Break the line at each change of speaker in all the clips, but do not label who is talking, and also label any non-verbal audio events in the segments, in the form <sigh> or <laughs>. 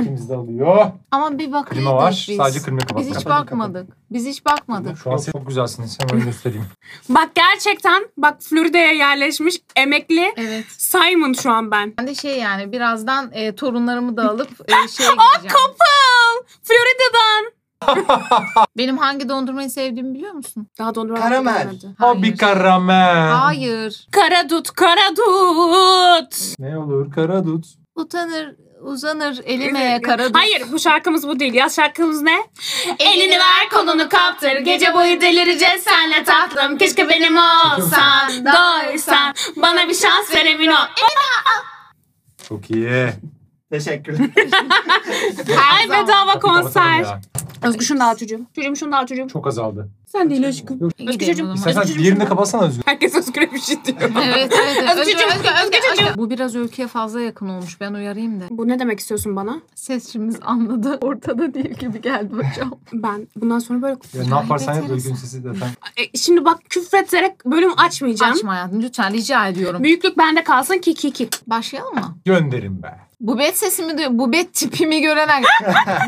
İkimiz de alıyor.
Ama bir bakıyorduk
Klima var.
biz.
Sadece klima
biz
kapatmak.
hiç
Kapadım,
bakmadık. Biz hiç bakmadık.
Şu an siz çok güzelsiniz. Hemen
<laughs>
göstereyim.
Bak gerçekten bak Florida'ya yerleşmiş emekli
Evet.
Simon şu an ben.
Ben de şey yani birazdan e, torunlarımı da alıp <laughs> e, şeye gideceğim.
Kapım! Florida'dan.
<laughs>
Benim hangi dondurmayı sevdiğimi biliyor musun?
Daha dondurma
Karamel.
gelmedi.
o bir karamel.
Hayır.
Kara dut, kara dut.
Ne olur kara dut.
Utanır, uzanır elime kara dut.
Hayır bu şarkımız bu değil. Ya şarkımız ne?
Elini ver, kolunu kaptır. Gece boyu
delireceğiz senle tatlım. Keşke benim
olsan. Doysan.
Bana bir şans ver emin ol.
Çok iyi.
Teşekkürler.
Ay bedava konser.
Ya,
Özgür şunu da al çocuğum. Çocuğum şunu da al çocuğum.
Çok azaldı.
Sen değil aşkım.
Gidelim o zaman.
İstersen
Özgür-
diğerini kapatsana Özgür.
Herkes Özgür'e bir şey diyor.
Evet evet. evet.
Özgeciğim,
Özge, Özge, Özge, Özge. Bu biraz öyküye fazla yakın olmuş. Ben uyarayım da.
Bu ne demek istiyorsun bana?
Sesçimiz anladı. Ortada değil gibi geldi hocam.
Ben bundan sonra böyle...
Ya ne yaparsan yap
Kaybeteriz.
Özgür'ün sesi zaten.
E, şimdi bak küfrederek bölüm açmayacağım.
Açma hayatım lütfen rica ediyorum.
Büyüklük bende kalsın ki ki ki.
Başlayalım mı?
Gönderin be.
Bubet sesimi duy Bubet tipimi gören <laughs> herkes.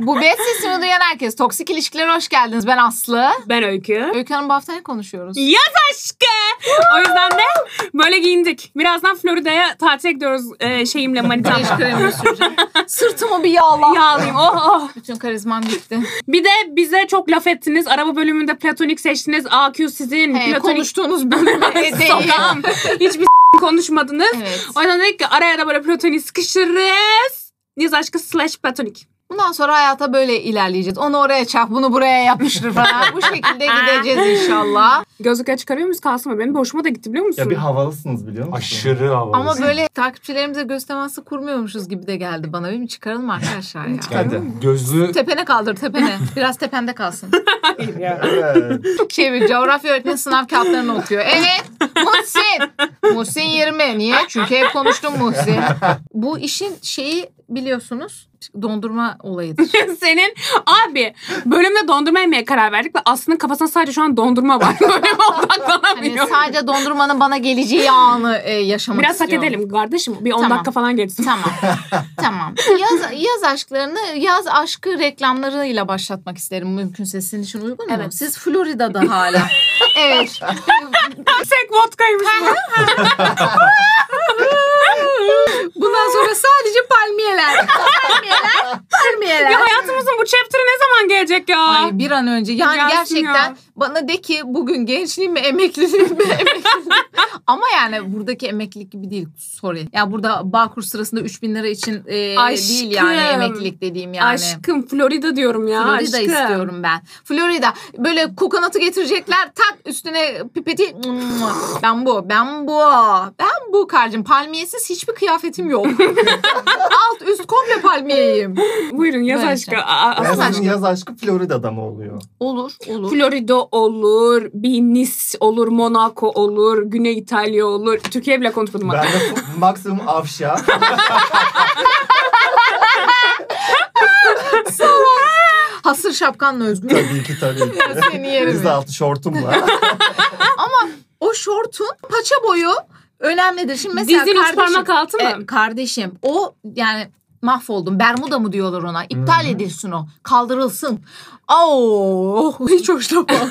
Bubet sesimi duyan herkes. Toksik ilişkilere hoş geldiniz. Ben Aslı.
Ben Öykü.
Öykü Hanım bu hafta ne konuşuyoruz?
Yaz aşkı. o yüzden de böyle giyindik. Birazdan Florida'ya tatile gidiyoruz e, şeyimle
Güneş
manitamla.
kremi süreceğim. <laughs> Sırtımı bir yağla.
Yağlayayım. Oh, oh.
Bütün karizmam gitti.
Bir de bize çok laf ettiniz. Araba bölümünde platonik seçtiniz. AQ sizin.
He, <laughs>
platonik
konuştuğunuz bölüm değil.
Sokağım. Hiçbir konuşmadınız.
Evet.
O yüzden dedik ki araya da böyle platonik sıkışırız. Yaz aşkı slash platonik.
Bundan sonra hayata böyle ilerleyeceğiz. Onu oraya çak, bunu buraya yapıştır falan. bu <laughs> şekilde gideceğiz inşallah.
Gözlükleri çıkarıyor muyuz kalsın mı? Benim boşuma da gitti biliyor musun?
ya bir havalısınız biliyor musun?
Aşırı havalı.
Ama böyle takipçilerimize göz teması kurmuyormuşuz gibi de geldi bana. Benim çıkaralım arkadaşlar ya.
geldi. Gözlü
Tepene kaldır tepene. Biraz tepende kalsın.
Evet.
Şey bir coğrafya öğretmeni sınav kağıtlarını okuyor. Evet Muhsin. Muhsin 20. Niye? Çünkü hep konuştum Muhsin. Bu işin şeyi biliyorsunuz dondurma olayıdır.
<laughs> Senin abi bölümde dondurma yemeye karar verdik ve aslında kafasında sadece şu an dondurma
<laughs>
var. Bölüme
Hani
odaklanamıyor.
sadece dondurmanın bana geleceği anı e, yaşamak
Biraz hak
istiyorum.
edelim kardeşim. Bir 10
Tamam.
dakika falan geçsin.
Tamam. tamam. Yaz, yaz aşklarını yaz aşkı reklamlarıyla başlatmak isterim mümkünse sizin için uygun mu?
Evet.
Siz Florida'da hala. evet.
Tek şey vodkaymış
<laughs>
bu.
Bundan sonra sadece palmiyeler. <laughs> palmiyeler. Palmiyeler.
ya hayatımızın bu chapter'ı ne zaman gelecek ya?
Ay bir an önce yani
Gelsin
gerçekten
ya.
bana de ki bugün gençliğim mi emekliliğim mi emekliliğim. Ama yani buradaki emeklilik gibi değil sorry. Ya burada Bağkur sırasında 3000 lira için e,
Aşkım.
değil yani emeklilik dediğim yani.
Aşkım Florida diyorum ya.
Florida
aşkım.
istiyorum ben. Florida böyle kokonatı getirecekler tak üstüne pipeti ben bu ben bu ben bu karcım palmiyesiz hiçbir kıyafetim
<laughs>
yok. Alt üst komple palmiyeyim.
Buyurun yaz
Böyle
aşkı.
şey.
Aa, aa.
yaz, aşkı.
aşkı.
yaz aşkı Florida'da mı oluyor?
Olur olur.
Florida olur, bir Nice olur, Monaco olur, Güney İtalya olur. Türkiye bile konuşmadım.
Ben de maksimum
<laughs>
Avşa.
Hasır şapkanla özgür.
tabii ki tabii ki.
Seni yerim.
Gözaltı şortumla.
O şortun paça boyu önemlidir. Şimdi mesela
Dizin üç
kardeşim,
parmak altı mı?
E, kardeşim o yani mahvoldum. Bermuda mı diyorlar ona? İptal
Hı hı.
edilsin o. Kaldırılsın. Oh, hiç hoşlanmam.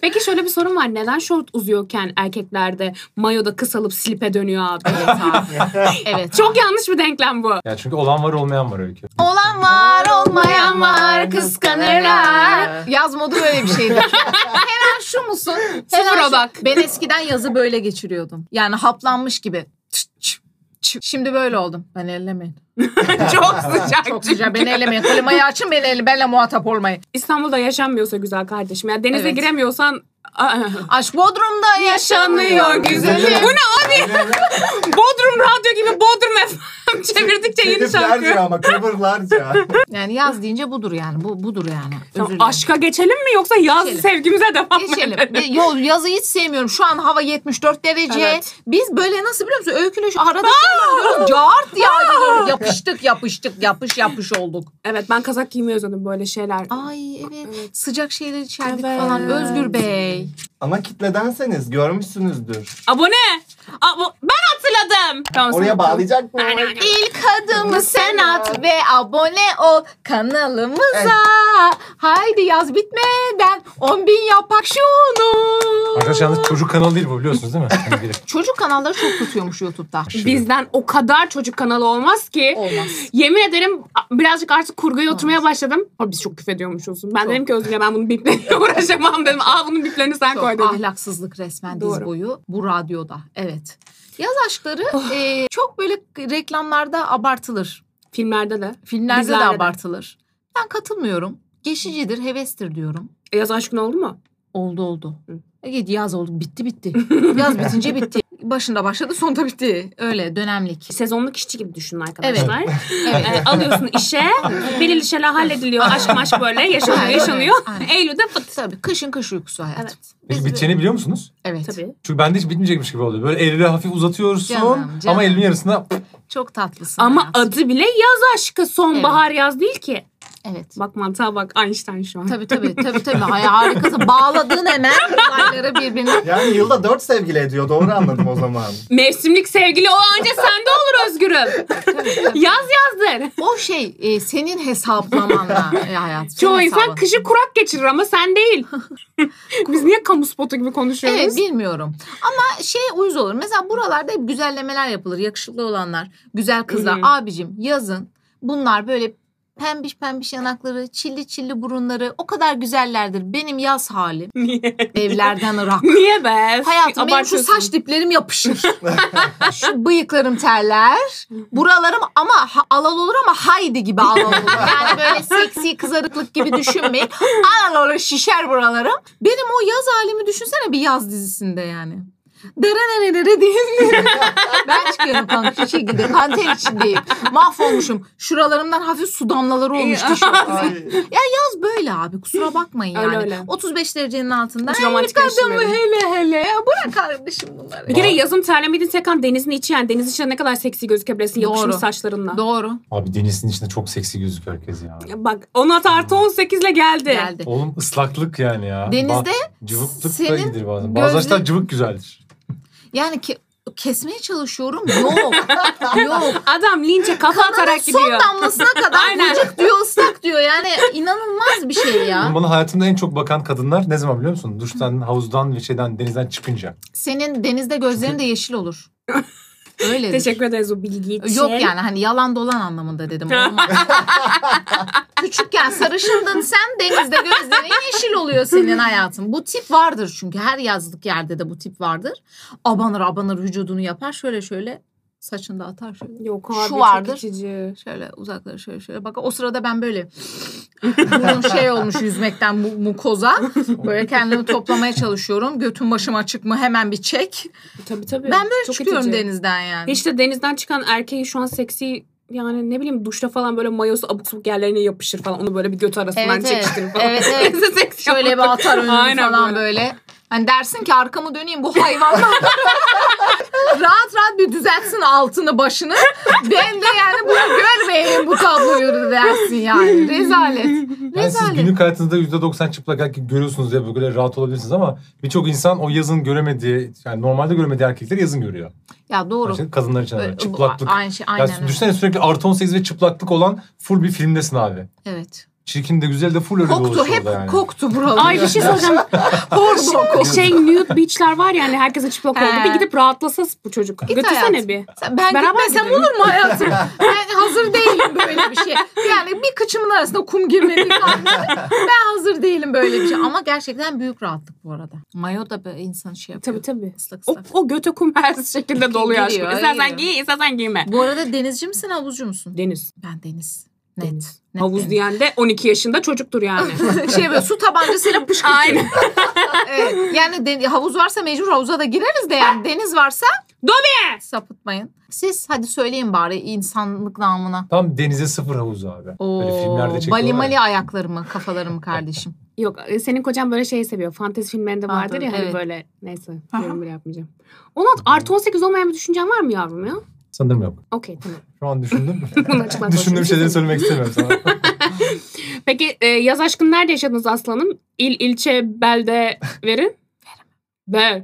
Peki şöyle bir sorun var. Neden şort uzuyorken erkeklerde mayoda kısalıp slipe dönüyor abi?
evet
<laughs>
abi. Evet.
Çok yanlış bir
<laughs>
denklem bu.
Ya çünkü olan var olmayan var öykü.
Olan var, olmayan var, kıskanırlar. Yaz modu böyle bir <laughs> şeydir. Hemen şu musun? Hemen
Sıfıra
şu-
bak.
Ben eskiden yazı böyle geçiriyordum. Yani haplanmış gibi. Çıt, çıt, çıt. Şimdi böyle oldum. Ben ellemeyin.
Çok sıcak.
Çok
çünkü.
güzel. Beni ellemeyin. Klimayı açın beni elle, benle muhatap olmayın.
İstanbul'da yaşanmıyorsa güzel kardeşim. Ya denize
Evet.
giremiyorsan Aa,
Aşk Bodrum'da yaşanıyor
yaşanıyor güzelim.
güzelim.
Bu ne? <laughs> Bodrum radyo gibi Bodrum FM <laughs> çevirdikçe <laughs> yeni şarkı.
Teliflerce ama coverlarca.
Yani yaz deyince budur yani. Bu budur yani.
Tamam,
Özür dilerim.
aşka geçelim mi yoksa yaz
Geçelim.
sevgimize devam mı
Geçelim.
edelim?
Ve Yo, yazı hiç sevmiyorum. Şu an hava 74 derece.
Evet.
Biz böyle nasıl biliyor musun? Öyküyle şu arada sarılıyoruz. Cart ya. yapıştık yapıştık yapış yapış olduk.
<laughs> Evet ben kazak giymeyi özledim böyle şeyler.
Ay evet.
Evet.
Sıcak şeyler içerdik
Evet.
falan. Özgür Bey.
ama kitledenseniz görmüşsünüzdür.
Abone. Abo- ben hatırladım. Tamam, sen
Oraya
hatırla.
bağlayacak mı?
Aynen, aynen.
İlk adımı sen at ve abone ol kanalımıza. Haydi yaz bitmeden 10 bin yapak şunu.
Arkadaşlar yalnız çocuk kanalı değil bu biliyorsunuz değil mi? Hani bir-
Çocuk kanalları çok tutuyormuş YouTube'da.
Bizden o kadar çocuk kanalı olmaz ki.
Olmaz.
Yemin ederim birazcık artık kurguya oturmaya başladım. Ama biz çok küfrediyormuşuz. Ben
Çok.
dedim ki Özgür'e ben bunu biple <laughs> uğraşamam dedim. Aa bunun biplerini sen
Çok
koy dedim.
ahlaksızlık resmen diz
Doğru.
boyu bu radyoda. Evet. Yaz aşkları
Oh.
e, çok böyle reklamlarda abartılır.
Filmlerde de.
Filmlerde
Dizilerde
de
de.
abartılır. Ben katılmıyorum. Geçicidir, hevestir diyorum.
E, Yaz aşkın oldu mu?
Oldu oldu.
Hı.
E, Yaz oldu. Bitti
<laughs>
bitti. Yaz bitince bitti. Başında başladı sonunda bitti. Öyle dönemlik.
Sezonluk işçi gibi düşünün arkadaşlar.
Evet.
E, alıyorsun işe. Belirli şeyler hallediliyor. Aşk maşk böyle yaşanıyor
Aynen,
yaşanıyor.
aynen.
Eylül'de fıt.
Tabii kışın kış uykusu hayatım.
Peki biteceğini biliyor musunuz?
Evet.
Tabii.
Çünkü bende hiç bitmeyecekmiş gibi oluyor. Böyle Eylül'e hafif uzatıyorsun
Canım, canım.
ama Eylül'ün yarısında
Çok tatlısın.
Ama
hayatım.
adı bile yaz aşkı. Sonbahar yaz değil ki.
Evet.
Bak mantığa bak Einstein şu an.
Tabii tabii tabii tabii. Ay, harikasın. Bağladın hemen olayları birbirine.
Yani yılda dört sevgili
<laughs>
ediyor. Doğru anladım o zaman.
Mevsimlik sevgili o
<laughs>
önce sende olur Özgür'üm.
Tabii, tabii.
Yaz yazdır.
O şey e, senin
<laughs>
hesaplamanla e, hayat. Senin
Çoğu insan
hesabın.
kışı kurak geçirir ama
<laughs>
sen değil. Biz niye kamu spotu gibi konuşuyoruz?
Evet bilmiyorum. Ama şey uyuz olur. Mesela buralarda hep güzellemeler yapılır. Yakışıklı olanlar, güzel kızlar.
Hı hı.
Abicim yazın bunlar böyle pembiş pembiş yanakları, çilli çilli burunları o kadar güzellerdir. Benim yaz halim
<laughs> Niye?
evlerden ırak.
<laughs> Niye be?
Hayatım benim şu
Abartıyorsun.
saç diplerim
<laughs>
yapışır. şu bıyıklarım terler. Buralarım ama ha- alal olur ama haydi gibi alal olur. Yani böyle seksi kızarıklık gibi düşünmeyin. Alal olur şişer buralarım. Benim o yaz halimi düşünsene bir yaz dizisinde yani. Dere nere nere değil
<laughs>
mi? ben çıkıyorum kanka şekilde kanter içindeyim. Mahvolmuşum. Şuralarımdan hafif su damlaları olmuş.
<laughs>
tişörtüme.
Ay.
Yaz böyle abi kusura bakmayın yani.
Öyle öyle.
35 derecenin altında.
Hiç romantikleştirmedim.
hele hele ya bırak kardeşim bunları.
Bir kere yazın terlemediğin tek an denizin içi yani deniz içinde ne kadar seksi gözükebilirsin yapışmış
Doğru.
saçlarınla.
Doğru.
Abi denizin içinde çok seksi gözüküyor herkes ya.
Ya Bak 10 artı 18 ile geldi.
Geldi.
Oğlum ıslaklık yani ya.
Denizde
Ba- cıvıklık da
senin
iyidir bazen. Bazı
gözlü-
açıdan cıvık güzeldir.
Yani ke- kesmeye çalışıyorum. Yok. <laughs> Yok.
Adam linçe kafa
Kanının
atarak
son
gidiyor.
damlasına kadar
Aynen.
vücut diyor ıslak diyor. Yani inanılmaz bir şey
Oğlum <laughs>
ya.
Bana hayatımda en çok bakan kadınlar ne zaman biliyor musun? Duştan, havuzdan ve şeyden denizden çıkınca.
Senin denizde gözlerin de yeşil <laughs> olur. Öyle.
Teşekkür ederiz o bilgi için.
Yok yani hani yalan dolan anlamında dedim.
<laughs>
Olmaz. Küçükken sarışındın sen denizde gözlerin yeşil oluyor senin hayatın. Bu tip vardır çünkü her yazlık yerde de bu tip vardır. Abanır abanır vücudunu yapar şöyle şöyle saçını da atar şöyle.
Yok abi
Şu
çok
vardır.
içici.
Şöyle uzaklara şöyle şöyle. Bak o sırada ben böyle burnum şey olmuş yüzmekten bu mukoza. Böyle kendimi toplamaya çalışıyorum. Götüm başım açık mı hemen bir çek.
Tabii tabii.
Ben böyle
Çok
çıkıyorum
itici.
denizden yani.
İşte denizden çıkan erkeği şu an seksi yani ne bileyim duşta falan böyle mayosu abuk sabuk yerlerine yapışır falan. Onu böyle bir göt arasından
Evet, evet.
çekiştirir falan. <laughs>
Evet, evet.
Neyse, seksi
Şöyle bir
yapmak.
atar önümü
<laughs> Aynen
falan böyle. Hani dersin ki arkamı döneyim bu hayvanlar. <laughs> rahat rahat bir düzeltsin altını başını. Ben de yani bunu görmeyeyim bu tabloyu dersin yani. Rezalet.
Yani siz
Rezalet.
günlük hayatınızda %90 çıplak erkek görüyorsunuz ya böyle rahat olabilirsiniz ama birçok insan o yazın göremediği, yani normalde göremediği erkekleri yazın görüyor.
Ya doğru.
Yani kadınlar için
Böyle
öyle.
bu-
Çıplaklık.
Aynı şey.
Ya
Aynen. öyle.
düşünsene sürekli artı 18 ve çıplaklık olan full bir filmdesin abi.
Evet.
Çirkin de güzel de full öyle
Koktu
dolaşıyor
hep
orada yani.
koktu buralar.
Ay bir şey <laughs> soracağım. şey nude beachler var hani yani herkesin çıplak
He.
olduğu. Bir gidip rahatlasın bu çocuk.
Git hayatım.
Götürsene bir.
Sen- ben
Beraber
gitmesem
gidelim.
olur mu hayatım? Ben hazır değilim böyle bir şey. Yani bir kıçımın arasında kum girmediği kalmadı. Ben hazır değilim böyle bir şey. Ama gerçekten büyük rahatlık bu arada. Mayo da böyle insan şey yapıyor.
Tabii tabii.
Islak
O,
ıslak.
o göte kum <laughs> her şekilde doluyor aşkım.
Giriyor,
İstersen
giriyor.
giy, istersen giyme.
Bu arada denizci misin havuzcu musun?
Deniz.
Ben deniz. Net.
Deniz.
net
Havuz
deniz.
diyen de 12 yaşında çocuktur yani.
şey böyle su tabancasıyla pışkırtıyor.
<laughs> Aynen.
Evet. Yani den- havuz varsa mecbur havuza da gireriz de yani deniz varsa
Dobi!
sapıtmayın. Siz hadi söyleyin bari insanlık namına.
Tam denize sıfır havuz abi. Böyle filmlerde
Oo,
çekiyorlar.
Bali mali
ya.
ayaklarımı, kafalarımı kardeşim.
Yok e, senin kocan böyle şeyi seviyor. Fantezi filmlerinde
Ha,
vardır
tabii,
ya hani
evet.
böyle neyse
Aha.
yorum bile yapmayacağım. Onat artı 18 olmayan bir düşüncen var mı yavrum ya?
Sanırım yok.
Okey tamam.
Şu an düşündüm.
Bunu açıklar
Düşündüğüm
konuşuruz.
şeyleri söylemek istemiyorum
<laughs>
sana.
Peki e, yaz
<laughs>
aşkını nerede yaşadınız aslanım? İl, ilçe, belde verin. Veremem. Ver.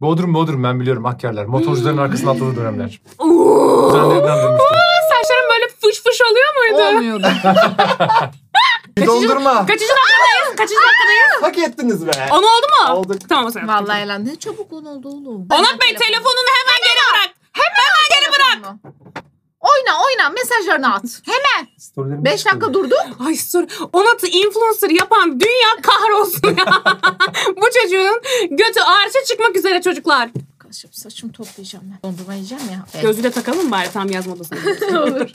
Bodrum Bodrum ben biliyorum Akkerler. Motorcuların arkasına atladığı
<laughs>
dönemler.
Oo,
Düzenlerinden durmuştum.
saçlarım böyle fış fış oluyor muydu?
Olmuyordu.
Bir dondurma.
Kaçıncı dakikadayız? Kaçıncı dakikadayız?
Hak ettiniz be.
On oldu mu?
Olduk.
Tamam o zaman.
Vallahi lan ne çabuk on oldu oğlum.
Onat Bey telefonunu hemen geri bırak.
geri bırak. Oyna oyna mesajlarını at. Hemen
Storylerim
5 dakika durduk.
Ay sor. Onat'ı influencer yapan dünya kahrolsun ya. <laughs> Bu çocuğun götü arşa çıkmak üzere çocuklar.
Kaşım saçım toplayacağım ben. Dondurma yiyeceğim ya. Evet.
Gözü de takalım mı bari tam yazma odasına.
olur.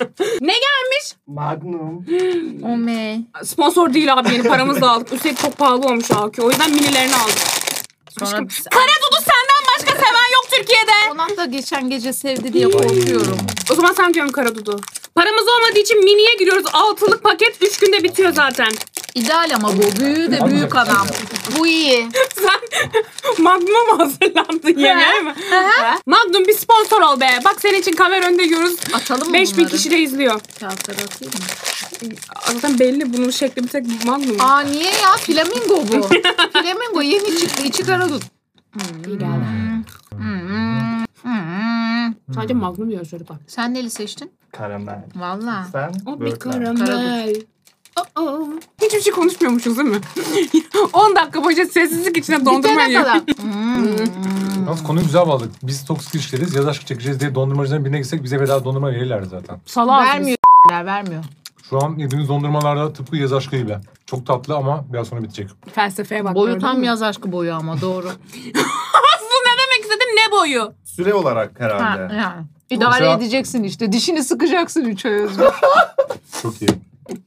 Magnum.
Ome.
Sponsor değil abi yeni paramızla aldık. Üstelik çok pahalı olmuş Aki. O yüzden minilerini aldık.
Sonra biz-
Kara dudu senden başka seven yok Türkiye'de.
Onat da geçen gece sevdi diye korkuyorum.
O zaman sen diyorsun kara dudu. Paramız olmadığı için miniye giriyoruz. Altılık paket 3 günde bitiyor zaten. <laughs>
İdeal ama bu. Büyüğü de büyük adam. Bu iyi.
Sen Magnum mu hazırlandın yemeğe mi? Magnum bir sponsor ol be. Bak senin için kamera önünde yiyoruz.
Atalım mı
5000
bunları?
kişi de izliyor.
Kağıtları atayım mı?
Zaten belli bunun şekli bir tek Magnum.
Aa niye ya? Flamingo bu. Flamingo yeni çıktı. İçi karadut.
iyi geldi.
Hmm.
Sadece Magnum yiyor çocuklar.
Sen neli seçtin?
Karamel.
Valla.
Sen
O bir
böğürtlen.
karamel. Oh, oh. Hiçbir şey konuşmuyormuşuz değil mi? <laughs> 10 dakika boyunca sessizlik içinde dondurma
Bitene
yiyor.
kadar. <laughs> Hmm.
Yalnız konuyu güzel bağladık. Biz toksik ilişkileriz. Yaz aşkı çekeceğiz diye dondurmacıların birine gitsek bize bedava dondurma verirlerdi zaten.
Salak.
Vermiyor. Vermiyor.
Şu an yediğimiz dondurmalarda tıpkı yaz aşkı gibi. Çok tatlı ama biraz sonra bitecek.
Felsefeye bak.
Boyu
gördün
tam
mü?
yaz aşkı boyu ama doğru.
Aslı ne demek istedin ne boyu?
Süre olarak
Ha,
herhalde.
yani. İdare
Mesela-
edeceksin işte. Dişini sıkacaksın üç ay özgür.
<laughs> Çok iyi.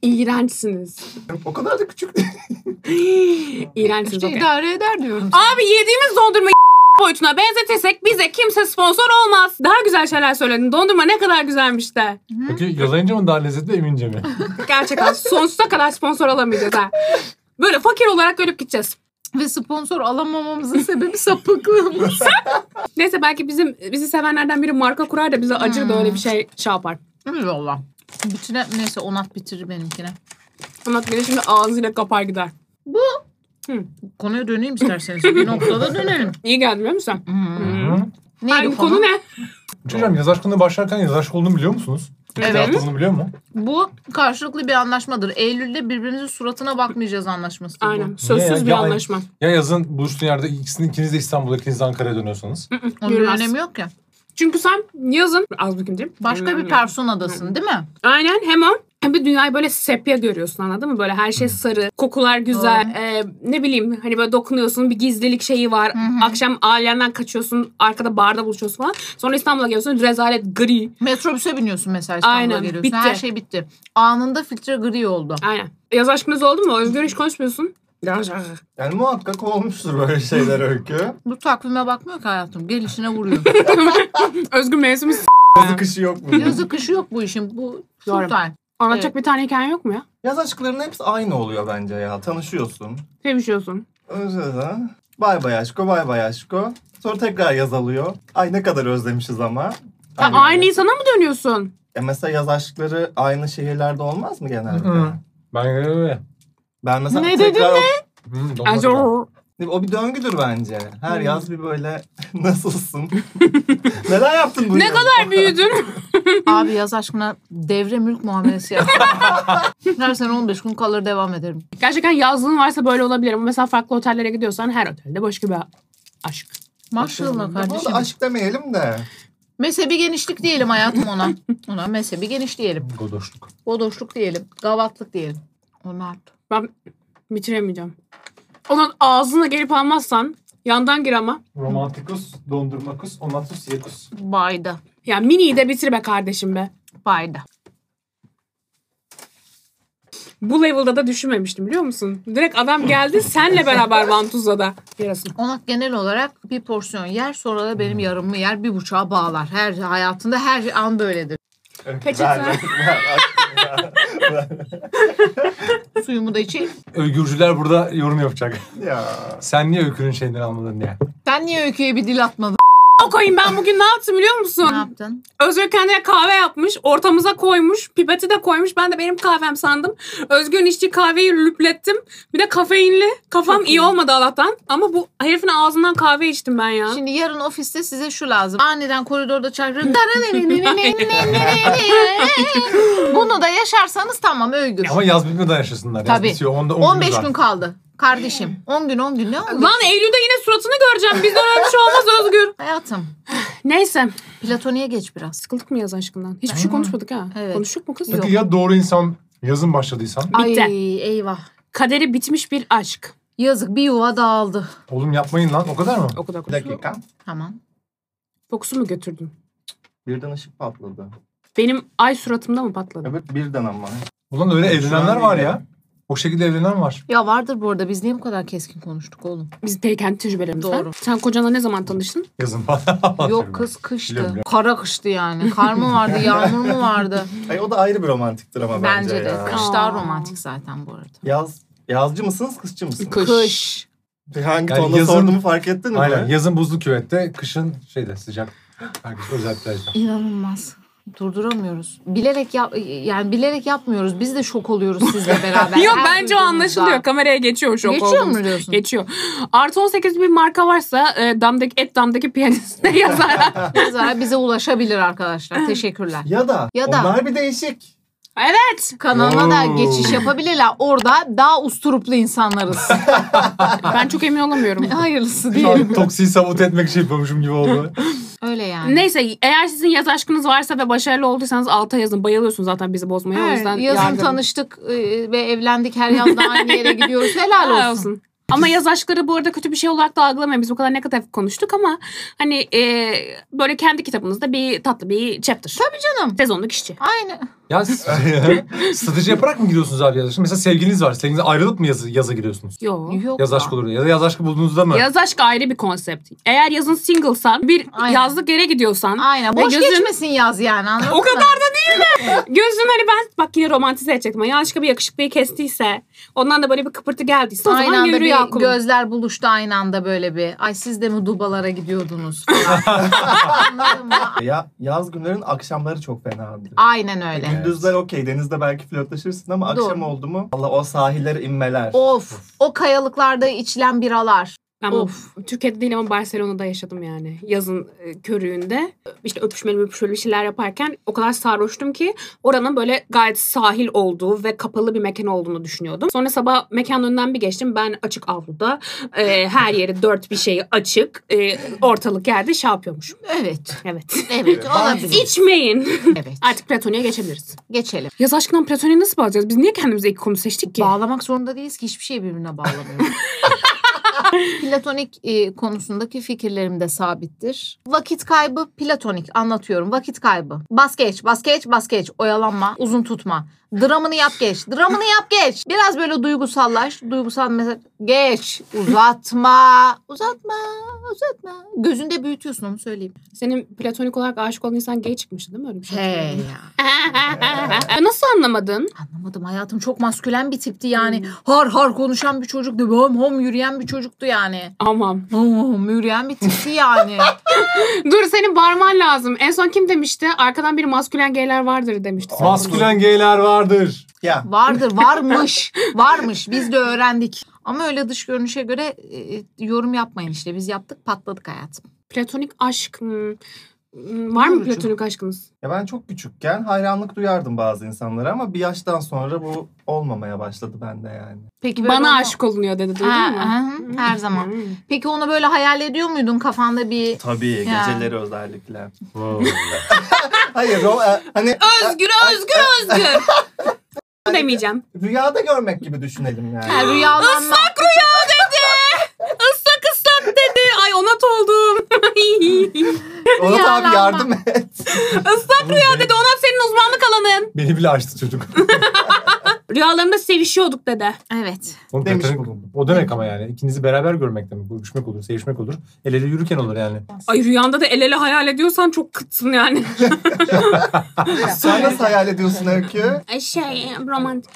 İğrençsiniz.
O kadar da küçük değil.
İğrençsiniz.
İşte
okey.
idare eder diyorum.
Abi yediğimiz dondurma <laughs> boyutuna benzetirsek bize kimse sponsor olmaz. Daha güzel şeyler söyledin. Dondurma ne kadar güzelmiş de.
Peki yazayınca mı daha lezzetli emince mi?
Gerçekten sonsuza kadar sponsor alamayacağız ha. Böyle fakir olarak ölüp gideceğiz.
<laughs> Ve sponsor alamamamızın sebebi <laughs> sapıklığımız.
Neyse belki bizim bizi sevenlerden biri marka kurar da bize acır da öyle bir şey şey yapar.
Valla. Bütüne neyse onat bitirir benimkine.
Anlat beni şimdi ağzıyla kapar gider.
Konuya döneyim isterseniz. Bir noktada <laughs> dönelim.
İyi geldi biliyor musun?
Hmm.
Hı?
Neydi
Hangi konu ne?
Hocam yaz aşkında başlarken yaz aşkı olduğunu biliyor musunuz?
Evet.
Literatür bunu biliyor mu?
Bu karşılıklı bir anlaşmadır. Eylül'de birbirimizin suratına bakmayacağız anlaşması.
Aynen.
Ne
Sözsüz
ya?
bir
Ya-
anlaşma.
Ya yazın buluştuğun yerde ikisini, ikiniz de İstanbul'a, ikiniz de Ankara'ya dönüyorsanız.
Bu. Onun bir
Yürümez.
önemi yok ya.
Çünkü sen yazın az bakayım diyeyim.
Başka bir personadasın değil mi?
Aynen hem o hem de dünyayı böyle sepya görüyorsun anladın mı? Böyle her şey sarı, kokular güzel, e, ne bileyim hani böyle dokunuyorsun bir gizlilik şeyi var. Akşam ailenden kaçıyorsun, arkada barda buluşuyorsun falan. Sonra İstanbul'a geliyorsun rezalet gri.
Metrobüse biniyorsun mesela İstanbul'a
Aynen,
geliyorsun.
bitti.
Her şey bitti. Anında filtre gri oldu.
Aynen. Yaz aşkınız oldu mu? Özgür hiç konuşmuyorsun.
Yani muhakkak olmuştur böyle şeyler öykü.
Bu takvime bakmıyor ki hayatım. Gelişine <laughs> vuruyor.
<laughs> Özgür mevsimi s-
Yazı kışı yok mu?
Yazı kışı yok bu işin. Bu
Doğru.
full time.
anlatacak bir tane hikayen yok mu ya?
Yaz aşklarının hepsi aynı oluyor bence ya. Tanışıyorsun.
Sevişiyorsun.
Özledi. Bay bay aşko, bay bay aşko. Sonra tekrar yaz alıyor. Ay ne kadar özlemişiz ama.
Ha, aynı insana mı dönüyorsun?
E mesela yaz aşkları aynı şehirlerde olmaz mı genelde?
Hı. Ben öyle öyle.
Ben mesela
Ne dedin
tekrar...
Hı, dondurma.
Azor.
O bir döngüdür bence. Her yaz bir böyle <laughs> nasılsın? <laughs> Neden yaptın bunu?
Ne kadar büyüdün. <laughs>
Abi yaz aşkına devre mülk muamelesi yap. <laughs> Her sene 15 gün kalır devam ederim.
Gerçekten yazlığın varsa böyle olabilir ama mesela farklı otellere gidiyorsan her otelde başka bir aşk.
Maşallah
Buna da
kardeşim.
aşk demeyelim de.
Mezhebi genişlik diyelim hayatım ona. Ona mezhebi geniş diyelim.
Godoşluk.
Bodoşluk diyelim. Gavatlık diyelim. Onlar.
Ben bitiremeyeceğim. Onun ağzına gelip almazsan yandan gir ama.
Romantikus, dondurmakus, onatus, yekus.
Bayda.
Ya miniyi de bitir be kardeşim be.
Bayda.
Bu level'da da düşünmemiştim biliyor musun? Direkt adam geldi senle beraber Vantuza'da. Yarasın.
Ona genel olarak bir porsiyon yer sonra da benim yarımı yer bir buçuğa bağlar. Her hayatında her an böyledir.
Peçete.
Ver, ver, ver.
Suyumu da içeyim.
Öykürcüler burada yorum yapacak. <laughs>
ya.
Sen niye öykünün şeyinden anladın diye.
Sen niye öyküye bir dil atmadın?
<laughs> O Amına koyayım ben bugün ne yaptım biliyor musun?
Ne yaptın?
Özgür kendine kahve yapmış, ortamıza koymuş, pipeti de koymuş. Ben de benim kahvem sandım. Özgür'ün içtiği kahveyi lüplettim. Bir de kafeinli. Kafam iyi olmadı Allah'tan. Ama bu herifin ağzından kahve içtim ben ya.
Şimdi yarın ofiste size şu lazım. Aniden koridorda çarpıyorum. Bunu da yaşarsanız tamam övgür.
Ama yaz bitmeden yaşasınlar. Yaz
Tabii.
bitiyor. Onda 10 gün
15
var.
gün kaldı. Kardeşim 10 gün 10 gün ne oldu?
Lan Eylül'de yine suratını göreceğim. Bizden öyle bir şey olmaz Özgür.
Hayatım
Neyse.
platoniye geç biraz.
Sıkıldık mı yaz aşkından? Hiçbir şey konuşmadık ha.
Evet.
Konuştuk mu kız?
Peki ya doğru insan yazın başladıysan?
Bitti.
Ay eyvah.
Kaderi bitmiş bir aşk.
Yazık bir yuva dağıldı.
Oğlum yapmayın lan o kadar mı?
Oku da
Bir dakika.
Tamam.
Fokusu mu götürdün?
Birden ışık patladı.
Benim ay suratımda mı patladı?
Evet birden ama.
Ulan öyle evlenenler var ya. O şekilde evlenen var.
Ya vardır bu arada biz niye bu kadar keskin konuştuk oğlum?
Biz de kendi tecrübelerimizden.
Doğru.
Sen kocanla ne zaman tanıştın?
Yazın falan. <laughs>
Yok kız
Biliyorum,
kıştı.
biliyorum.
Kara kıştı yani. Kar mı vardı yağmur mu vardı?
Ay o da ayrı bir romantiktir ama bence,
Bence de.
ya.
Kış daha
Aa.
romantik zaten bu arada.
Yaz, yazcı mısınız kızcı mısınız?
Kış.
Kış.
Hangi
Yani
tonda
yazın-
sorduğumu fark ettin mi?
Aynen yazın buzlu küvette, kışın şeyde sıcak. Herkes özel plajda.
İnanılmaz. Durduramıyoruz. Bilerek yap yani bilerek yapmıyoruz. Biz de şok oluyoruz sizle beraber.
Yok
Her
bence o
duyduğumuzda.
anlaşılıyor. Kameraya geçiyor şok
Geçiyor
olduğumuz.
mu diyorsun?
Geçiyor. Artı 18 bir marka varsa e, damdaki et damdaki <laughs> piyanistine yazar.
Yazar bize ulaşabilir arkadaşlar. <laughs> Teşekkürler.
Ya da,
Ya da.
onlar bir değişik.
evet.
Kanalına da
Oo.
geçiş yapabilirler. Orada daha usturuplu insanlarız.
<laughs> Ben çok emin
<laughs>
olamıyorum.
Hayırlısı
Şu
diyelim.
an toksiyi sabote etmek için yapıyormuşum gibi oldu.
Öyle yani.
Neyse eğer sizin yaz aşkınız varsa ve başarılı olduysanız alta yazın. Bayılıyorsun zaten bizi bozmaya. o
Evet,
yüzden
yazın
yardım.
tanıştık e, ve evlendik. Her yaz da aynı yere gidiyoruz. <laughs> Helal olsun.
Helal olsun. Ama yaz aşkları bu arada kötü bir şey olarak da algılamayın. Biz bu kadar negatif konuştuk ama hani e, böyle kendi kitabınızda bir tatlı bir chapter.
Tabii canım.
Sezonluk işçi.
Aynı.
ya siz <laughs> strateji yaparak mı giriyorsunuz abi yaz aşkına? Mesela sevgiliniz var. Sevgiliniz ayrılıp mı yazı, yaza giriyorsunuz?
Yok.
Yok
Yaz
ya.
aşkı olur. Ya da yaz aşkı bulduğunuzda mı?
Yaz aşkı ayrı bir konsept. Eğer yazın singlesan, bir
Aynen.
yazlık yere gidiyorsan,
Aynen.
Ve
Boş
gözün-
geçmesin yaz yani anladın
O kadar
mı?
da değil de. Gözüm hani ben bak yine romantize edecektim. ama Yanlışlıkla bir yakışıklıyı kestiyse, ondan da böyle bir kıpırtı geldiyse o
Aynı
zaman
anda
yürü
bir
Yakup'um.
gözler buluştu aynı anda böyle bir. Ay siz de mi Dubalara gidiyordunuz <laughs> falan. Anladın mı?
<laughs> Ya, yaz günlerin akşamları çok fenadır.
Aynen öyle.
Gündüzler okey. Denizde belki flörtleşirsin ama
Doğru.
akşam oldu mu? Allah o sahillere inmeler.
Of. O kayalıklarda içilen biralar.
Ben
Of.
bu- Türkiye'de değil ama Barcelona'da yaşadım yani. Yazın e, körüğünde işte öpüşmeli öpüşmeli bir şeyler yaparken o kadar sarhoştum ki oranın böyle gayet sahil olduğu ve kapalı bir mekan olduğunu düşünüyordum. Sonra sabah mekanın önünden bir geçtim. Ben açık avluda e, her yeri dört bir şeyi açık e, ortalık yerde şey yapıyormuşum.
Evet.
<laughs> Evet.
Evet olabilir.
İçmeyin.
Evet.
Artık Platonya'ya geçebiliriz.
Geçelim.
Yaz aşkından Platonya'yı nasıl bağlayacağız? Biz niye kendimize ilk konu seçtik ki?
Bağlamak zorunda değiliz ki hiçbir şey birbirine <laughs> bağlamıyor. platonik e, konusundaki fikirlerim de sabittir. Vakit kaybı platonik anlatıyorum. Vakit kaybı. Bas geç, bas geç, bas geç. Oyalanma, uzun tutma. Dramını yap geç, dramını yap geç. Biraz böyle duygusallaş. Duygusal mesela geç, uzatma, uzatma, uzatma. Gözünde büyütüyorsun onu söyleyeyim.
Senin platonik olarak aşık olan insan gay çıkmıştı değil mi öyle bir şey?
He ya.
<laughs> Nasıl anlamadın?
Anlamadım hayatım çok maskülen bir tipti yani. Har har konuşan bir çocuktu. Hom hom yürüyen bir çocuktu yani.
Aman.
Hom hom yürüyen bir tipti yani.
Dur senin bağırman lazım. En son kim demişti? Arkadan bir maskülen geyler vardır demişti. Sen bunu.
Maskülen geyler vardır.
Ya
Vardır, varmış. Varmış. Biz de öğrendik. Ama öyle dış görünüşe göre e, yorum yapmayın işte. Biz yaptık, patladık hayatım.
Platonik aşk. hmm, hmm, Var mı
Yorucu.
platonik aşkınız?
Ya ben çok küçükken hayranlık duyardım bazı insanlara ama bir yaştan sonra bu olmamaya başladı bende yani.
Peki böyle
Bana
ona-
aşık olunuyor dedi duydun
Ha,
mu?
aha, her zaman. Peki onu böyle hayal ediyor muydun kafanda bir
Tabii
Ya.
geceleri özellikle. Hayır o e, hani
Özgür, özgür, özgür. <laughs> Demeyeceğim.
rüyada görmek gibi düşünelim
Ha,
<laughs>
yani.
rüyalanma?
Islak ıslak dedi. Ay onat <laughs> oldum.
Ona da
rüyalanma.
abi yardım et.
Islak rüya dedi. Onat senin uzmanlık alanın.
Beni bile açtı çocuk.
Rüyalarımda sevişiyorduk dede.
Evet.
Oğlum
Demiş
platonik-
bulundum.
O demek ama yani ikinizi beraber görmek demek. Görüşmek olur, sevişmek olur. El ele yürürken olur yani.
Ay rüyanda da el ele hayal ediyorsan çok kıtsın yani.
Sen nasıl hayal ediyorsun Öykü?
Ay şey romantik.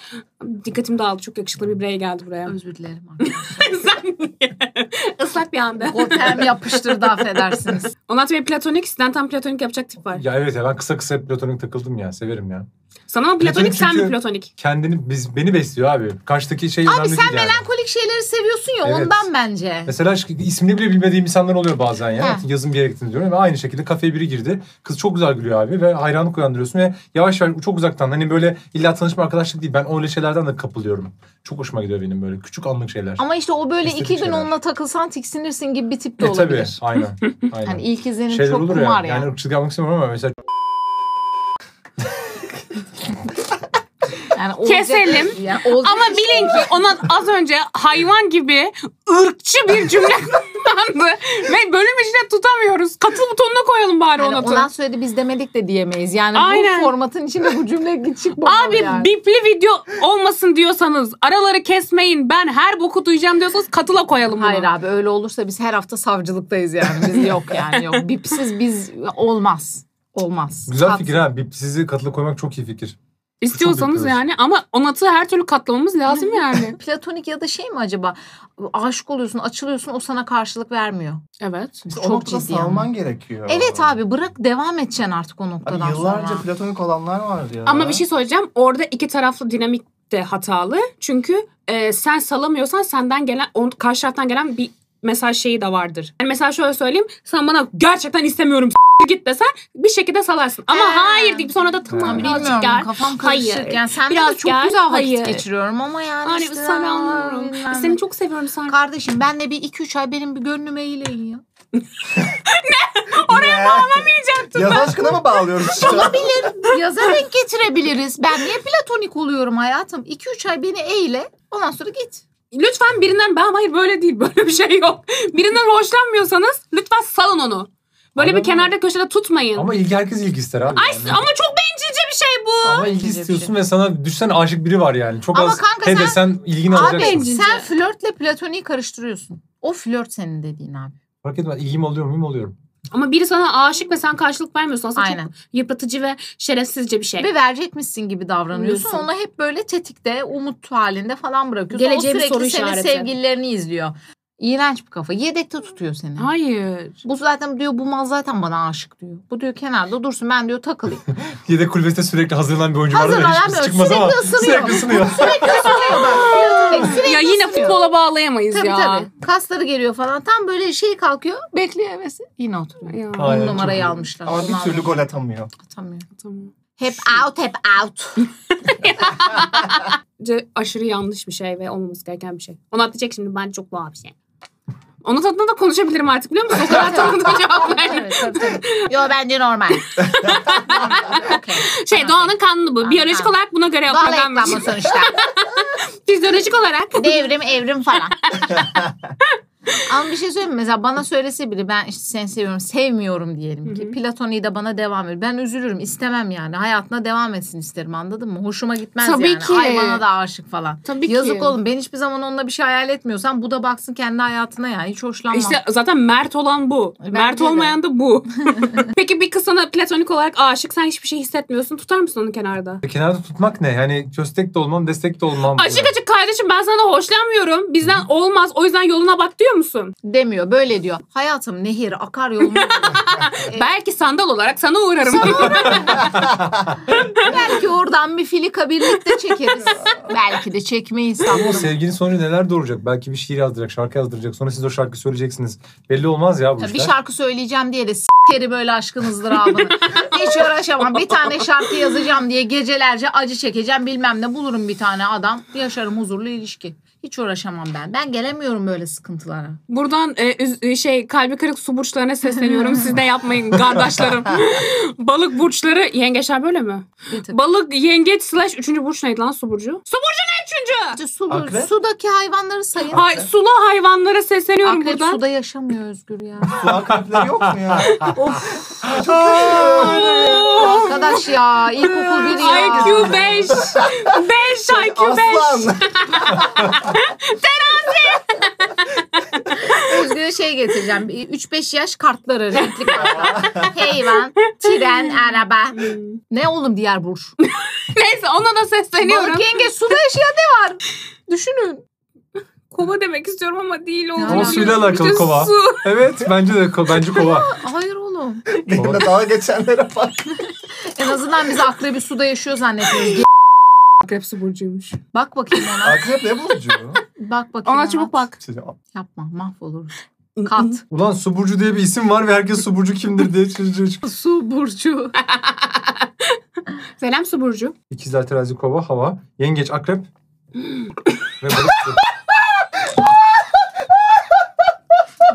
Dikkatim dağıldı. Çok yakışıklı bir birey geldi buraya.
Özür dilerim.
Sen niye? Islak bir anda.
Gotem yapıştırdı affedersiniz.
Ondan sonra platonik. Sizden tam platonik yapacak tip var.
Ya evet ya ben kısa kısa platonik takıldım ya. Severim ya.
Sana mı platonik
Platonik
sen mi
çünkü-
platonik?
Kendini biz beni besliyor abi. Karşıdaki şey abi, önemli
sen
değil yani.
Kolik şeyleri seviyorsun ya
Evet.
ondan bence.
Mesela şu- ismini bile bilmediğim insanlar oluyor bazen ya.
Ha.
Yazın bir yere gittim diyorum ve aynı şekilde kafeye biri girdi. Kız çok güzel gülüyor abi ve hayranlık uyandırıyorsun ve yavaş yavaş çok uzaktan hani böyle illa tanışma arkadaşlık değil. Ben öyle şeylerden de kapılıyorum. Çok hoşuma gidiyor benim böyle küçük anlık şeyler.
Ama işte o böyle
İstediği
iki gün
şeyler.
onunla takılsan tiksinirsin gibi bir tip de
E tabii
olabilir. <laughs>
aynen. aynen.
Hani ilk izlenim
şeyler
çok
olur
kumar
ya.
ya.
Yani ırkçılık yapmak istemiyorum ama mesela
Yani olacak-
Keselim.
Yani olacak
Ama bilin ki ondan az önce hayvan gibi ırkçı bir cümle <laughs> kullandı. Ve bölüm içine tutamıyoruz. Katıl butonuna koyalım bari
Yani
onu.
ondan söyledi biz demedik de diyemeyiz. Yani
Aynen.
bu formatın içinde bu cümle <laughs> çıkmamalı
Abi
yani.
bipli video olmasın diyorsanız araları kesmeyin ben her boku duyacağım diyorsanız katıla koyalım bunu.
Hayır abi öyle olursa biz her hafta savcılıktayız yani. Biz yok yani yok. Bipsiz biz olmaz. Olmaz.
güzel
Kat-
fikir ha. Bir- Sizi katılı koymak çok iyi fikir.
İstiyorsanız
Çok
yani ama onatı her türlü
<laughs>
katlamamız lazım yani.
Platonik ya da şey mi acaba? Aşık oluyorsun, açılıyorsun o sana karşılık vermiyor.
evet.
İşte o
Çok
noktada
ciddi ama.
salman gerekiyor.
Evet abi bırak devam edeceksin artık o noktadan
Abi yıllarca
sonra.
platonik olanlar vardı ya.
Ama bir şey söyleyeceğim orada iki taraflı dinamik de hatalı. Çünkü e, sen salamıyorsan senden gelen on, karşı taraftan gelen bir mesaj şeyi de vardır. Yani mesela şöyle söyleyeyim sen bana gerçekten istemiyorum s- git desen bir şekilde salarsın. Ama
He.
hayır deyip sonra da
Ha,
tamam birazcık
Bilmiyorum
gel.
kafam karışık.
Hayır.
Yani sen
Biraz
de çok
gel,
güzel vakit
hayır.
geçiriyorum ama yani
Hani
işte
sana
aa,
anlıyorum.
bilmem ne.
Seni çok seviyorum sen.
Kardeşim benle bir 2-3 ay benim bir gönlüm eğleyin ya.
Oraya bağlamayacaktım. Yaz aşkına
<laughs>
mı bağlıyoruz şu an?
Yaza denk getirebiliriz. Ben niye platonik oluyorum hayatım? 2-3 ay beni eğle ondan sonra git.
Lütfen birinden ben hayır böyle değil <laughs> böyle bir şey yok. Birinden hoşlanmıyorsanız lütfen salın onu. Böyle bir
Anladım.
kenarda köşede tutmayın. Ama,
Ama ilgi herkes ilgi ister abi. yani.
ama çok bencilce bir şey bu.
Ama ilgi
Bence de
istiyorsun ve sana düşsen aşık biri var yani. Çok
Ama
az
kanka
he
sen-
desen ilgini
Abi
alacaksın.
Bence.
sen flörtle platoniği karıştırıyorsun. O flört senin dediğin abi.
Fark etmez ilgim oluyor muyum oluyorum.
Ama biri sana aşık ve sen karşılık vermiyorsun. Aslında
Aynen.
çok yıpratıcı ve şerefsizce bir şey.
Ve verecekmişsin gibi davranıyorsun.
Biliyorsun.
Onu hep böyle tetikte, umut halinde falan bırakıyorsun.
Geleceğe
o
bir
sürekli
soru
senin
işareti.
sevgililerini izliyor. İğrenç bir kafa. Yedekte tutuyor seni.
Hayır.
Bu zaten diyor bu mal zaten bana aşık diyor. Bu diyor kenarda dursun ben diyor takılayım.
Yedek kulübesinde sürekli hazırlanan bir oyuncu vardı da
Hazırlanan
hiçbirisi
bir
şey çıkmaz
sürekli
ama
ısınıyor.
sürekli ısınıyor.
<laughs> Isınıyor bak. Platonik sürekli
Ya yine
ısınıyor.
futbola bağlayamayız
Tabii
ya.
tabii. Kasları geliyor falan. Tam böyle şey kalkıyor. Bekliyor hevesi. Yine oturuyor.
Ya,
Hayır.
On numarayı
çok iyi.
almışlar.
Ama
Onu
bir türlü
almak
gol atamıyor.
atamıyor.
tamam.
Hep out hep out.
Bence aşırı yanlış bir şey ve olmaması gereken bir şey. Onu atlayacak şimdi ben çok doğal bir şey. Onun tadında da konuşabilirim artık biliyor musun? O <laughs> kadar tanıdık cevap verdim.
evet, tabii, tabii. Yo bence normal. <laughs> normal. Okay.
Şey doğanın kanunu bu. Biyolojik
Aynen.
olarak buna göre
Doğal
programlanmış.
eklenme sonuçta.
Fizyolojik olarak.
Devrim evrim falan.
<laughs>
Ama bir şey söyleyeyim mi? Mesela bana söylese biri ben işte seni seviyorum, sevmiyorum diyelim ki. Platoni'yi de bana devam et. Ben üzülürüm, istemem yani. Hayatına devam etsin isterim anladın mı? Hoşuma gitmez
Tabii
yani.
ki.
Ay bana da aşık falan.
Tabii ki.
Yazık oğlum ben hiçbir zaman onunla bir şey hayal etmiyorsam bu da baksın kendi hayatına yani. Hiç hoşlanmam.
İşte zaten mert olan bu.
Bence
mert
de.
olmayan
<laughs>
da bu. Peki bir kız sana platonik olarak aşık sen hiçbir şey hissetmiyorsun. Tutar mısın onu kenarda?
Kenarda tutmak ne? Yani köstek de olmam, destek de olmam.
Açık açık kardeşim ben sana hoşlanmıyorum. Bizden olmaz. O yüzden yoluna bak diyor musun?
Demiyor böyle diyor. Hayatım nehir akar
<laughs>
yoluma.
Belki sandal olarak sana uğrarım.
Belki oradan bir filika birlikte
<laughs>
çekeriz. Belki de çekmeyiz
O
sanırım.
sevginin sonucu neler doğuracak? Belki bir şiir yazdıracak, şarkı yazdıracak. Sonra siz o şarkı söyleyeceksiniz. Belli olmaz ya bu
Ya
işler.
Bir şarkı söyleyeceğim diye de s**keri böyle aşkınızdır abını. Hiç uğraşamam. Bir tane şarkı yazacağım diye gecelerce acı çekeceğim bilmem ne. Bulurum bir tane adam. Yaşarım huzurlu ilişki. Hiç uğraşamam ben. Ben gelemiyorum böyle sıkıntılara.
<laughs> Buradan e, üz- e, şey kalbi kırık su burçlarına sesleniyorum. Siz de
<laughs>
yapmayın kardeşlerim. Balık burçları yengeçler böyle mi?
Bir tık.
Balık yengeç slash üçüncü burç neydi lan su burcu? Su burcu ne üçüncü?
İşte su,
Akrep?
sudaki hayvanları sayın.
Hay, sulu hayvanlara sesleniyorum
Akrep
buradan.
suda yaşamıyor Özgür ya.
Su akrepleri yok mu ya?
Arkadaş ya ilkokul bir ya.
IQ 5. 5 IQ
Aslan.
Özgür'e şey getireceğim. 3-5 yaş kartları, renkli kartlar. Heyvan, tren, araba. Ne oğlum diğer burç?
Neyse ona da sesleniyorum.
Balık yenge suda yaşayan ne var? Düşünün.
Kova demek istiyorum ama değil oldu.
Ama
suyla alakalı
Bir de
kova.
Su.
evet bence de ko- bence kova.
Hayır oğlum.
Benimle dalga geçenlere bak.
En azından biz akrebi suda yaşıyor zannediyoruz. Ge-
Hepsi burcuymuş.
Bak bakayım ona.
Akrep ne burcu?
Bak bakayım
Ona çabuk bak.
Yapma mahvoluruz. Kat.
Ulan su burcu diye bir isim var ve herkes su burcu kimdir diye çözüyor.
Su burcu.
Selam su burcu.
İkizler terazi kova hava. Yengeç
<laughs>
akrep. ve balık.
<laughs>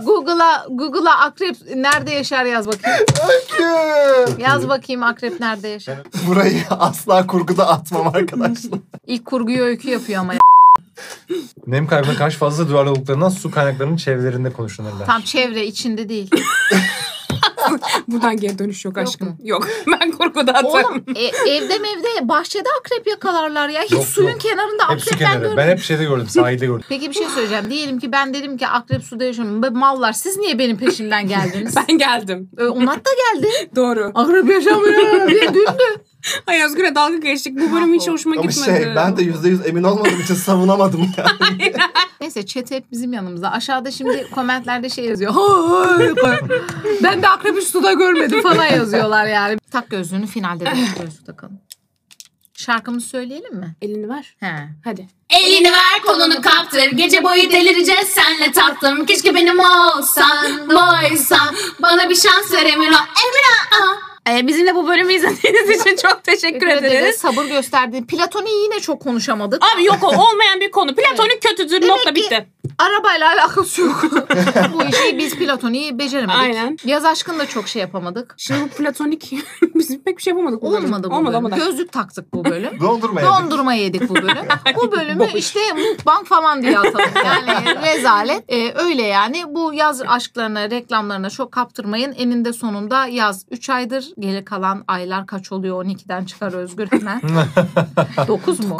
Google'a Google'a akrep nerede yaşar yaz bakayım.
Çünkü
Yaz bakayım akrep nerede yaşar.
Burayı asla kurguda atmam arkadaşlar.
İlk kurguyu öykü yapıyor ama. ya.
Nem kaybına karşı fazla duyarlı olduklarından su kaynaklarının çevrelerinde konuşulurlar.
Tam çevre içinde değil.
Buradan geri dönüş yok
Yok
aşkım.
mu?
Yok. <laughs> Ben korkuda atarım.
Oğlum e- evde mevde bahçede akrep yakalarlar ya. Hiç
Yok,
suyun
yok.
kenarında
Hep
akrep
su
ben
kenarı.
görmedim.
Ben hep şeyde gördüm. Sahilde gördüm.
Peki bir şey söyleyeceğim. Diyelim ki ben dedim ki akrep suda yaşıyorum. Be mallar siz niye benim peşimden geldiniz?
<laughs> Ben geldim.
Ee, Onlar da geldi.
Doğru.
Akrep yaşamıyor diye güldü.
Ay Özgür'e dalga geçtik. Bu bölüm hiç hoşuma
Ama
gitmedi. <laughs>
şey ben de yüzde yüz emin olmadığım için savunamadım yani.
Neyse chat hep bizim yanımızda. Aşağıda şimdi <laughs> komentlerde şey yazıyor. <laughs> "Hay!" ben de akrebi suda görmedim falan yazıyorlar yani. Tak gözlüğünü finalde de gözlüğü takalım. Şarkımızı söyleyelim mi?
Elini ver.
He.
Hadi.
Elini ver kolunu kaptır Gece boyu delireceğiz senle tatlım Keşke benim olsan boysan Bana bir şans ver Emine
Ee, bizimle bu bölümü izlediğiniz için çok teşekkür
Teşekkür ederiz.
ederiz.
Sabır gösterdiğin. Platon'u yine çok konuşamadık.
Abi yok o olmayan bir konu. Platonik kötüdür nokta
ki-
bitti.
Arabayla alakası yok. <laughs> Bu işi biz Platon'u beceremedik.
Aynen.
Yaz aşkını da çok şey yapamadık.
Şimdi bu platonik <laughs> biz pek bir şey yapamadık. bu bölüm.
Olmadı bu
olmadı,
bölüm.
olmadı.
Gözlük taktık bu bölüm.
Dondurma yedik.
Dondurma yedik bu
<laughs>
bölüm. bu bölümü işte mukbang falan diye atalım.
<laughs>
Yani rezalet. Ee, öyle yani. Bu yaz aşklarına, reklamlarına çok kaptırmayın. Eninde sonunda yaz 3 aydır. Geri kalan aylar kaç oluyor? 12'den çıkar Özgür
<laughs>
hemen. 9 mu?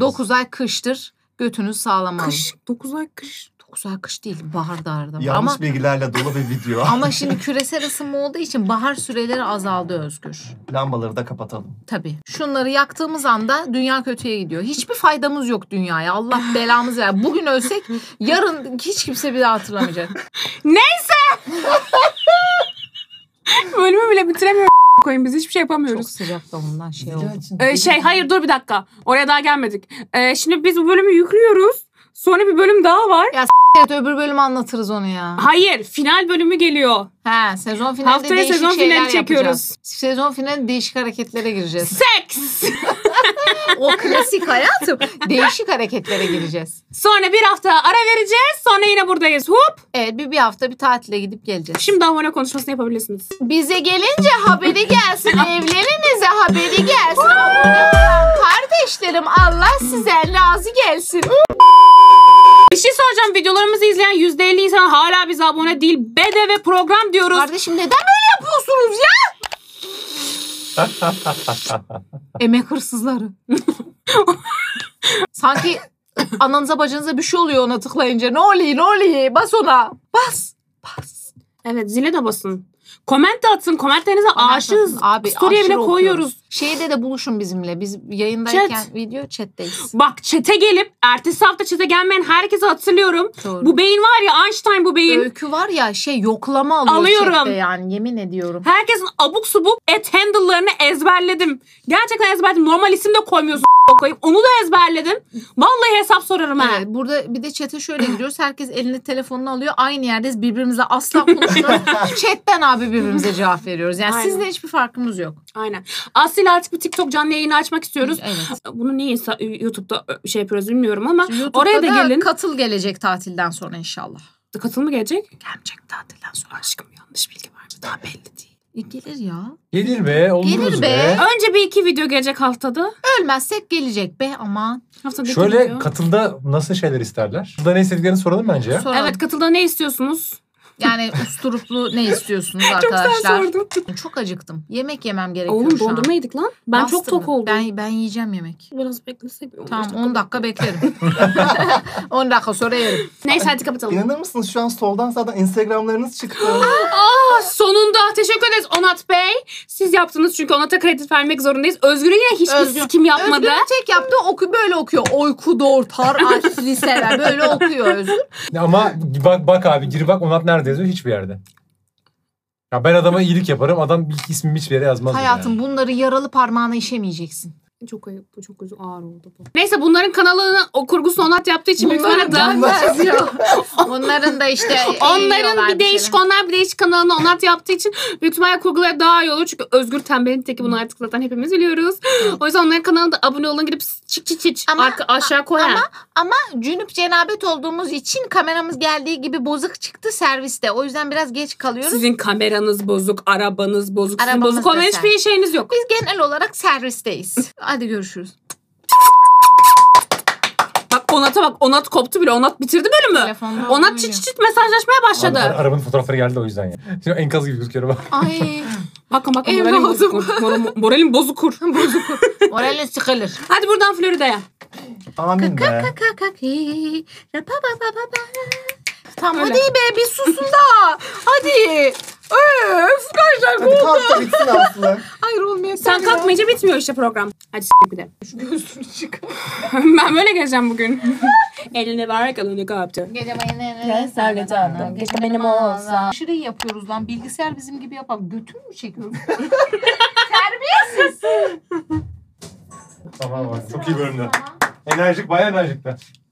9 ay kıştır. Götünüz sağlam alın.
Kış. 9 ay kış.
9 ay kış değil. Bahar da arada. var.
Yanlış
Ama
bilgilerle dolu bir video.
Ama şimdi küresel ısınma olduğu için bahar süreleri azaldı Özgür.
<laughs> Lambaları da kapatalım.
Tabii. Şunları yaktığımız anda dünya kötüye gidiyor. Hiçbir faydamız yok dünyaya. <laughs> Allah belamızı ver. Bugün ölsek yarın hiç kimse bir daha hatırlamayacak.
Bölümü bile <laughs> bitiremiyoruz. koyun biz hiçbir şey yapamıyoruz.
Çok sıcak da bundan şey oldu.
Ee, şey hayır dur bir dakika. Oraya daha gelmedik. Ee, şimdi biz bu bölümü yüklüyoruz. Sonra bir bölüm daha var.
Evet öbür bölümü anlatırız onu ya.
Hayır final bölümü geliyor.
He sezon finalinde
Haftaya
değişik
sezon
şeyler
finali çekiyoruz.
yapacağız. Sezon finali değişik hareketlere gireceğiz.
Seks.
<laughs>
<laughs>
o klasik hayatım. Değişik hareketlere gireceğiz.
Sonra bir hafta ara vereceğiz. Sonra yine buradayız. Hop.
Evet bir, bir hafta bir tatile gidip geleceğiz.
Şimdi abone konuşmasını yapabilirsiniz.
Bize gelince haberi gelsin. Evlerinize haberi gelsin. Abone olan kardeşlerim Allah sizden razı gelsin.
Bir şey soracağım. Videolarımızı izleyen %50 insan hala bize abone değil. Bedeve program diyoruz.
Kardeşim neden böyle yapıyorsunuz ya? Emek hırsızları. <laughs> Sanki ananıza bacınıza bir şey oluyor ona tıklayınca. Ne oluyor ne oluyor bas ona. Bas. Bas.
Evet zile de basın. Comment de atın. Komentlerinize aşığız.
Abi,
Story'e bile
aşırı
koyuyoruz.
okuyoruz. Şeyde de buluşun bizimle. Biz yayındayken
Chat.
video chatteyiz.
Bak çete gelip ertesi hafta çete gelmeyen herkese hatırlıyorum.
Doğru.
Bu beyin var ya Einstein bu beyin.
Öykü var ya şey yoklama alıyor
Alıyorum.
chatte yani yemin ediyorum.
Herkesin abuk subuk et handle'larını ezberledim. Gerçekten ezberledim. Normal isim de koymuyorsun koyayım. Onu da ezberledim. Vallahi hesap sorarım ha.
Evet, Ee, burada bir de çete şöyle gidiyoruz. Herkes elini telefonunu alıyor. Aynı yerdeyiz. Birbirimize asla
<laughs>
konuşmuyoruz. Chatten abi birbirimize cevap veriyoruz. Yani
Aynen.
sizle hiçbir farkımız yok.
Aynen. Asil artık bir TikTok canlı yayını açmak istiyoruz.
Evet.
Bunu niye insta- YouTube'da şey yapıyoruz bilmiyorum ama
YouTube'da
oraya da
da
gelin.
katıl gelecek tatilden sonra inşallah.
Katıl mı gelecek?
Gelmeyecek tatilden sonra.
Aşkım yanlış bilgi var mı? Daha belli değil.
E, gelir ya.
Gelir be. Oluruz
Gelir
be.
be.
Önce bir iki video gelecek haftada.
Ölmezsek gelecek be aman.
Haftada iki
Şöyle
video.
katılda nasıl şeyler isterler? Katılda ne istediklerini soralım bence ya.
Soralım.
Evet katılda ne istiyorsunuz?
Yani usturuplu ne istiyorsunuz
<laughs> Çok
arkadaşlar?
sen sordun.
Çok acıktım. Yemek yemem gerekiyor
Oğlum
şu an.
dondurma yedik lan. Ben
Bastım
çok tok
mı?
oldum.
Ben, ben yiyeceğim yemek.
Biraz beklesek. bir on beş
Tamam
dakika.
10 dakika beklerim. <laughs> 10 dakika sonra yerim.
Neyse hadi kapatalım.
İnanır mısınız şu an soldan sağdan Instagram'larınız çıktı.
Ah, Sonunda teşekkür ederiz Onat Bey. Siz yaptınız çünkü Onat'a kredi vermek zorundayız. Özgür'e yine
Özgür-
hiçbir kim yapmadı.
Özgür'ün tek yaptığı oku, böyle okuyor. Oyku doğurtar, açlı sever. Böyle okuyor Özgür.
Ama bak bak abi gir bak Onat nerede yazıyor? Hiçbir yerde. Ya ben adama iyilik yaparım. Adam bir ismimi hiçbir yere yazmaz. bile
Hayatım bunları yaralı parmağına işemeyeceksin.
Çok ayıp bu çok üzü- ağır oldu bu. Neyse bunların kanalını o kurgusunu Onat yaptığı için büyük ihtimalle daha
<laughs> yazıyor. Onların da işte
Onların
eğiliyorlar
bir değişik
şeyler.
onlar bir değişik kanalını Onat yaptığı için büyük ihtimalle kurgular daha iyi olur. Çünkü Özgür Tembel'in teki bunu artık zaten hepimiz biliyoruz. O yüzden onların kanalına da abone olun gidip çık çık çık
Ama-
arka, aşağı koyar.
ama- Cünüp cenabet olduğumuz için kameramız geldiği gibi bozuk çıktı serviste. O yüzden biraz geç kalıyoruz.
Sizin kameranız bozuk, arabanız bozuk, sizin
Arabamız
bozuk olan
desen.
hiçbir şeyiniz yok.
Biz genel olarak servisteyiz. Hadi görüşürüz.
Bak Onat'a bak Onat koptu bile Onat bitirdi bölümü.
Telefonda
Onat
oynuyor.
çıt çıt çıt mesajlaşmaya
yani. Ara-
başladı.
arabanın fotoğrafları geldi o yüzden ya. Şimdi enkaz gibi gözüküyor bak.
Ay.
Bakın bakın
Evladım.
moralim bozuk. Moralim,
<laughs>
moralim bozukur.
Moralin sıkılır.
Hadi buradan Florida'ya.
Amin be.
Tamam
Öyle.
hadi be bir susun da. Hadi. Öf kaç dakika
Hadi
oldu.
kalk da bitsin
<laughs>
Aslı.
Hayır olmuyor.
Sen
Ya.
kalkmayınca bitmiyor işte program. Hadi s*** bir de.
Şu gözünü çık.
<laughs> ben böyle
<laughs>
geleceğim bugün. Elini ver kalını kaptı.
Gece benim senle canım. Gece benim olsa. Şurayı yapıyoruz lan. Bilgisayar bizim gibi yapalım. Götün mü çekiyoruz?
Tamam bak çok iyi bölümde. Enerjik bayağı enerjikti.